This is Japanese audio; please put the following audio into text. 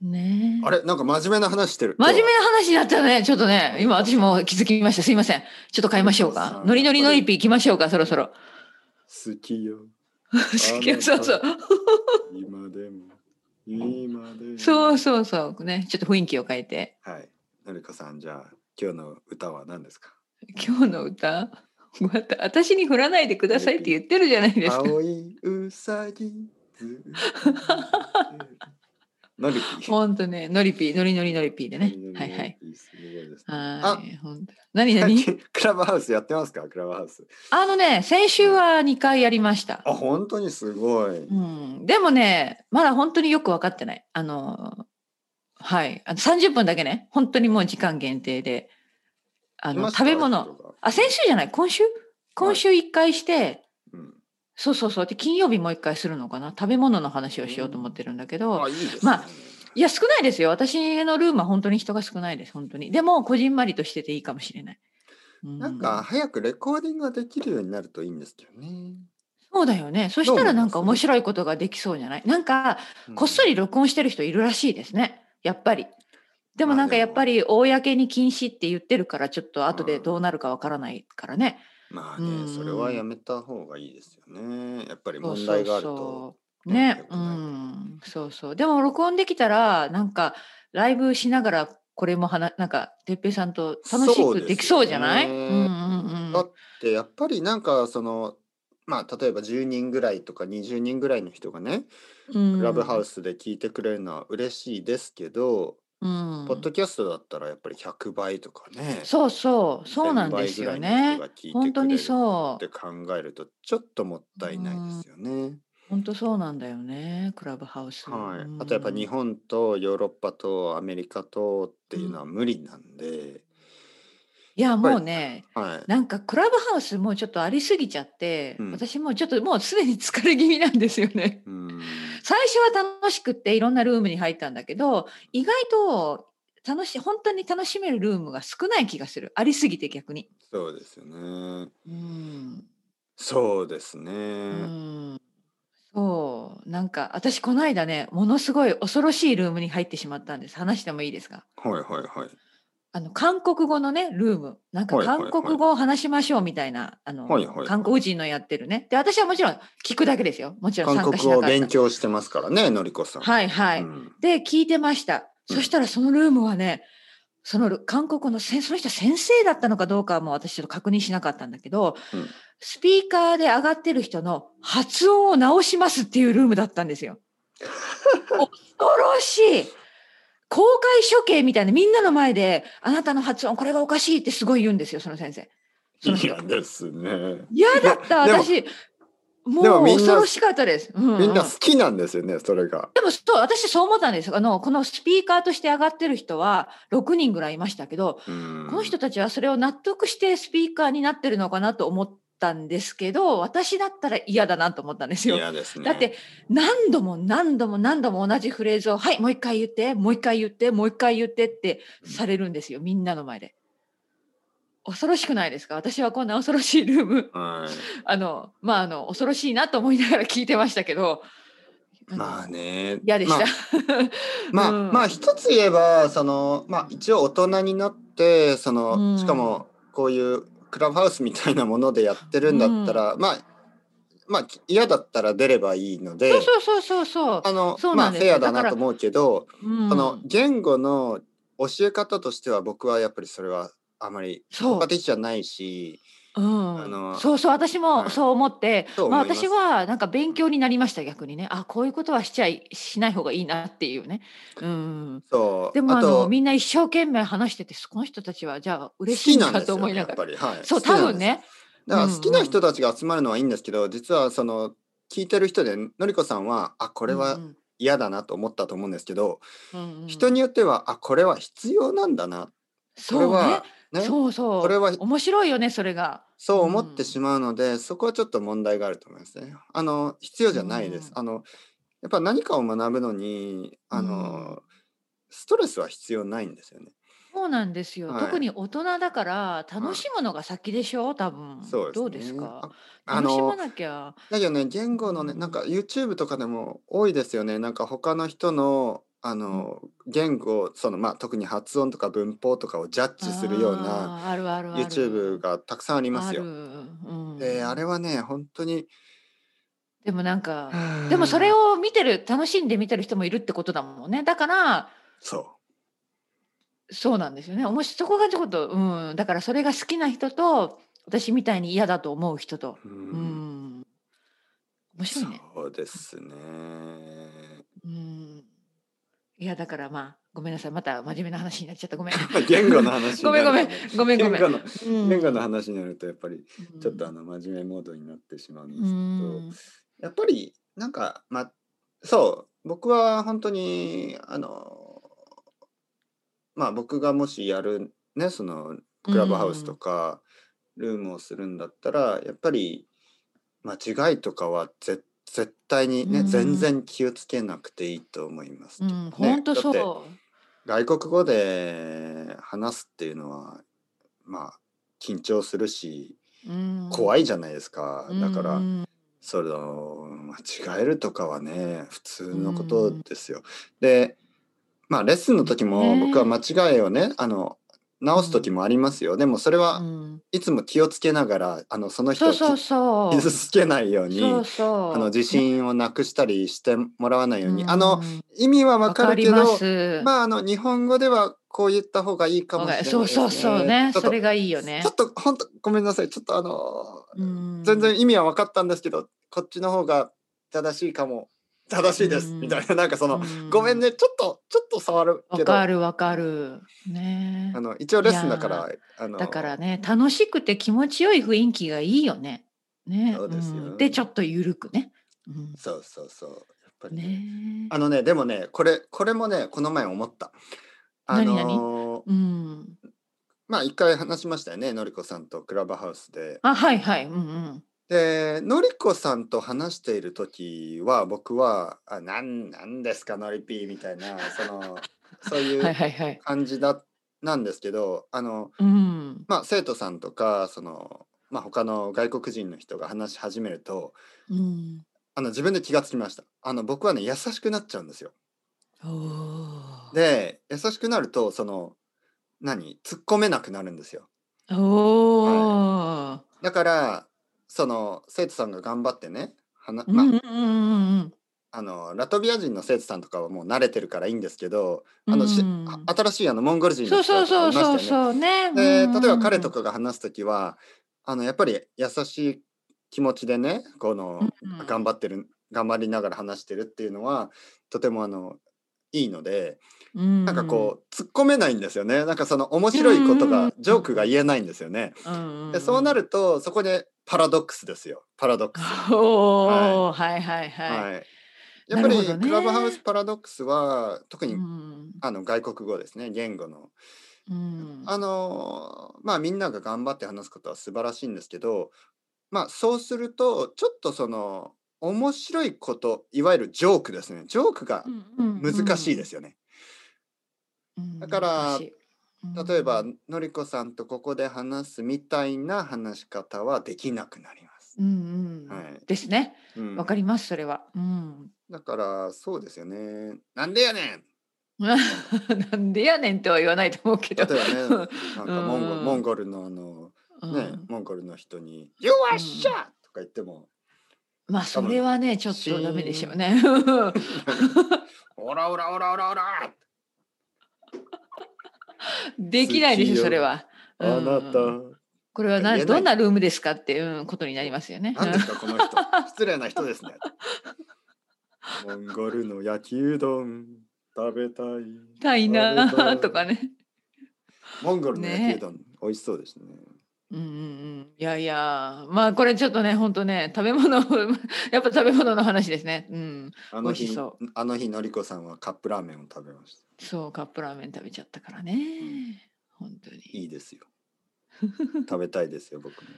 ね。あれなんか真面目な話してる。真面目な話になったね。ちょっとね、今私も気づきました。すいません。ちょっと変えましょうそうかそ。うノリノリノリピー行きましょうか、そろそろ。好きよ。 そうそう。今でも。今でも。そうそうそう。ね。ちょっと雰囲気を変えて。はい。のりこさん、じゃあ、今日の歌は何ですか今日の歌ごめんなさい私に振らないでくださいって言ってるじゃないですか。青いうさぎず っとのりき。ほんとね、ノリピー、ノリノリノリピーでね。はいはい。。すごいですね。はーい。ほんと。何何最近 クラブハウスやってますかクラブハウス。あのね、先週は2回やりました。あ、本当にすごい。うん、でもね、まだ本当によく分かってない。あの、はい。あの30分だけね、本当にもう時間限定で。あいまの、した食べ物。。あ、先週じゃない、今週今週1回して、うんそうそうそう。で、金曜日もう1回するのかな。食べ物の話をしようと思ってるんだけど、あ、いいですね。まあいや、少ないですよ。私のルームは本当に人が少ないです、本当に。でも、こじんまりとしてていいかもしれない。うなんか、早くレコーディングができるようになるといいんですけどね。そうだよね。そしたらなんか面白いことができそうじゃないなんか、こっそり。り録音してる人いるらしいですね。やっぱり。でもなんかまあでやもっぱり公に禁止って言ってるからちょっと後でどうなるかわからないからね。まあうね、んそれはやめた方がいいですよね。やっぱりそう問そう題があると。そうね良くうないんそうそうでも録音できたらなんかライブしながらこれも話なんか哲平さんと楽しそうですよくねできそうじゃないうんうんうんだってやっぱりなんかそのまあ例えば10人ぐらいとか20人ぐらいの人がね、うんクラブハウスで聞いてくれるのは嬉しいですけど、うんポッドキャストだったらやっぱり100倍とかねそうそうそうなんですよね本当にっそてう考えるとちょっともったいないですよね。本当そうなんだよねクラブハウスはい、あとやっぱ日本とヨーロッパとアメリカとっていうのは無理なんで、いやもうねはい、なんかクラブハウスもうちょっとありすぎちゃって、うん私もうちょっともうすでに疲れ気味なんですよね うん最初は楽しくっていろんなルームに入ったんだけど意外と楽しい本当に楽しめるルームが少ない気がするありすぎて逆に。そうですよね。うん、そうですね。うん、そうなんか私この間ねものすごい恐ろしいルームに入ってしまったんです話してもいいですかはいはいはい。あの韓国語のねルームなんかはいはいはい韓国語を話しましょうみたいなあのはいはいはい韓国人のやってるねで私はもちろん聞くだけですよもちろん韓参加国し語なをかっ勉た。強してますからね、のりこさん。はいはい、うんで聞いてました。うんそしたらそのルームはね、その韓国のせんその人は先生だったのかどうかはもう私ちょっと確認しなかったんだけど、うんスピーカーで上がってる人の発音を直しますっていうルームだったんです よ。恐ろしい公開処刑みたいなみんなの前であなたの発音これがおかしいってすごい言うんですよその先生。そのい人やですね。嫌だったいやでも私もでもうみんな恐ろしかったです。うんうんみんな好きなんですよね、それが。でもそう、私そう思ったんです。あの、このスピーカーとして上がってる人は6人ぐらいいましたけど、ここのの人たちはそれを納得してスピーカーになってるのかなと思ったんですけど、私だったら嫌だなと思ったんですよ。嫌ですね。だって、何度も何度も何度も同じフレーズを、はい、もう一回言って、もう一回言って、もう一回言ってってされるんですよ。みんなの前で。恐ろしくないですか私はこんな恐ろしいルーム、はあの、まあ、あの、恐ろしいなと思いながら聞いてましたけど、い、まあね。嫌でした。 まあ、まうあんまあ一つ言えば、その、まあ一応大人になって、その、うんしかもこういうクラブハウスみたいなものでやってるんだったら、まあ、まあ嫌だったら出ればいいので、そうそうそうそうそあのそうまなあんフですェよアだなと思うけど、う。うんその言語の教え方としては僕はやっぱりそれはあまりそ効う果的じゃないしうんあのそうそう私はもいそう思って、そうまあ思います私はなんか勉強になりました逆にねあこういうことはしちゃいしない方がいいなっていうねうんそうでもああのとみんな一生懸命話しててこの人たちはじゃあ好嬉しいきんなんだですとよ、思ね、いやなっがぱらりはいそう好きな多ん分ですねだから好きなう人たちが集まるのはいいんですけど実はその聞いてる人でのりこさんはあここれは嫌だなと思ったと思うんですけど、人人によってはあこれは必要なんだなこれそうねはねそうそうそうこれは面白いよねそれが思ってしまうので、そこはちょっと問題があると思いますね。あの必要じゃないです。うんあのやっぱ何かを学ぶのにあの、うんストレスは必要ないんですよね。そうなんですよ、はい特に大人だから楽しむのが先でしょう多分そうですね。どうですかああ楽しまのなきゃだけどね言語のねなんか YouTube とかでも多いですよね。なんか他の人のあの言語そのまあ特に発音とか文法とかをジャッジするようなあーあるあるある YouTube がたくさんありますあるよ。うんであれはね本当にでもなんかでもそれをを見てる楽しんで見てる人もいるってことだもんねだからそそうなんですよね。面白いそこがちょっと、うん、だからそれが好きな人と私みたいに嫌だと思う人と、う、ううんん、面白いね。そうですね。うん、いやだからまあごめんなさいまた真面目な話になっちゃったごめん。言語の話にごなめんるとごめん ごめんごめ言語ん。のうん言語の話になるとやっぱりちょっとあのの真面目モードになってしまうんですうけど、んやっぱりなんかまそう僕は本当にあのまあ僕がもしやるねそのクラブハウスとかルームをするんだったら、やっぱり間違いとかはぜ絶対にね、うん全然気をつけなくていいと思います。うん、本当だってそ外国語で話すっていうのはまあ緊張するしう。うん、怖いいじゃないですか、だから、うんその間違えるとかはね普通のことですよ。でまあレッスンの時もね僕は間違いをねあの直す時もありますよ、でもそれうはんいつも気をつけながらあのその人そをうそうそう。傷つけないようにそうそうあの自信をなくしたりしてもらわないように、あうのん意味はわかるけわかりまどすまああの日本語ではこう言った方がいいかもしれないですそね。うそうそうねちょっとそれがいいよねちょっと本当ごめんなさいちょっとあのうん全然意味は分かったんですけどこっちの方が正しいかも正しいですうんみたいななんかそうの、んごめんねちょっとちょっと触るわけどかあるわかるねの一応レッスンだからあのだからね楽しくて気持ちよい雰囲気がいいよねねそうですよんでちょっとゆるくね、うんそうそうそうやっぱりねねあのねでもねこれこれもねこの前思ったあの何うんまあ一回話しましたよねのりこさんとクラブハウスであはいはいうんうんでのりこさんと話している時は僕は「あなんなんですかのりぴー」みたいなそのそういはいうはいはい感じだなんですけどあのうんまあ生徒さんとかその、まあ、他の外国人の人が話し始めるとうんあの自分で気がつきましたあの僕はね優しくなっちゃうんですよ。おーで優しくなるとその何突っ込めなくなるんですよ。おー、だからその生徒さんが頑張ってねはな、うんまあうんうんうんあのラトビア人の生徒さんとかはもう慣れてるからいいんですけど、うんあのしうんあ新しいあのモンゴル人そのう人そうとかそいうましたそようね。そうねでうん例えば彼とかが話す時はあのやっぱり優しい気持ちでねこのうんうん頑張ってる頑張りながら話してるっていうのはとてもあのいいのでななんかこう突っ込めないんですよねなんかその面白いことうんうんがジョークが言えないんですよね。うんでそうなる。るとそこでパラドックスですよパラドックス。おーはいはいはい。はいやっぱりなるほどねクラブハウスパラドックスは特にうんあの外国語ですね言語のうん。あのーまあみんなが頑張って話すことは素晴らしいんですけどまあそうするとちょっとその面白いこといわゆるジョークですねジョークが難しいですすよね。うんだから難しいうん例えばのりこさんとここで話すみたいな話し方はできなくなります。うんうんはいですね。うんわかりますそれは。うん。 だからそうですよね。なんでやねんなんでやねんとは言わないと 思うけ例えど。ばねなんかモンゴうルんモンゴルのあのうんね、モンゴルの人に「You are s h a とか言ってもまあそれはねちょっとダメでしょうね。 「オラオラオラオラオラ!」 できないでしょそれは。あなた、うんこれは言えなないどんなルームですかっていうことになりますよね。なんですかこの人失礼な人ですねモンゴルの焼きうどん食べたいたいな食べたい とかね。モンゴルの焼きうどん、美味しそうですねうんうんうん、いやいやまあこれちょっとね本当ね食べ物 やっぱ食べ物の話ですねうんあの美味し日そあの日のりこさんはカップラーメンを食べましたそうカップラーメン食べちゃったからね本当にいいですよ食べたいですよ僕も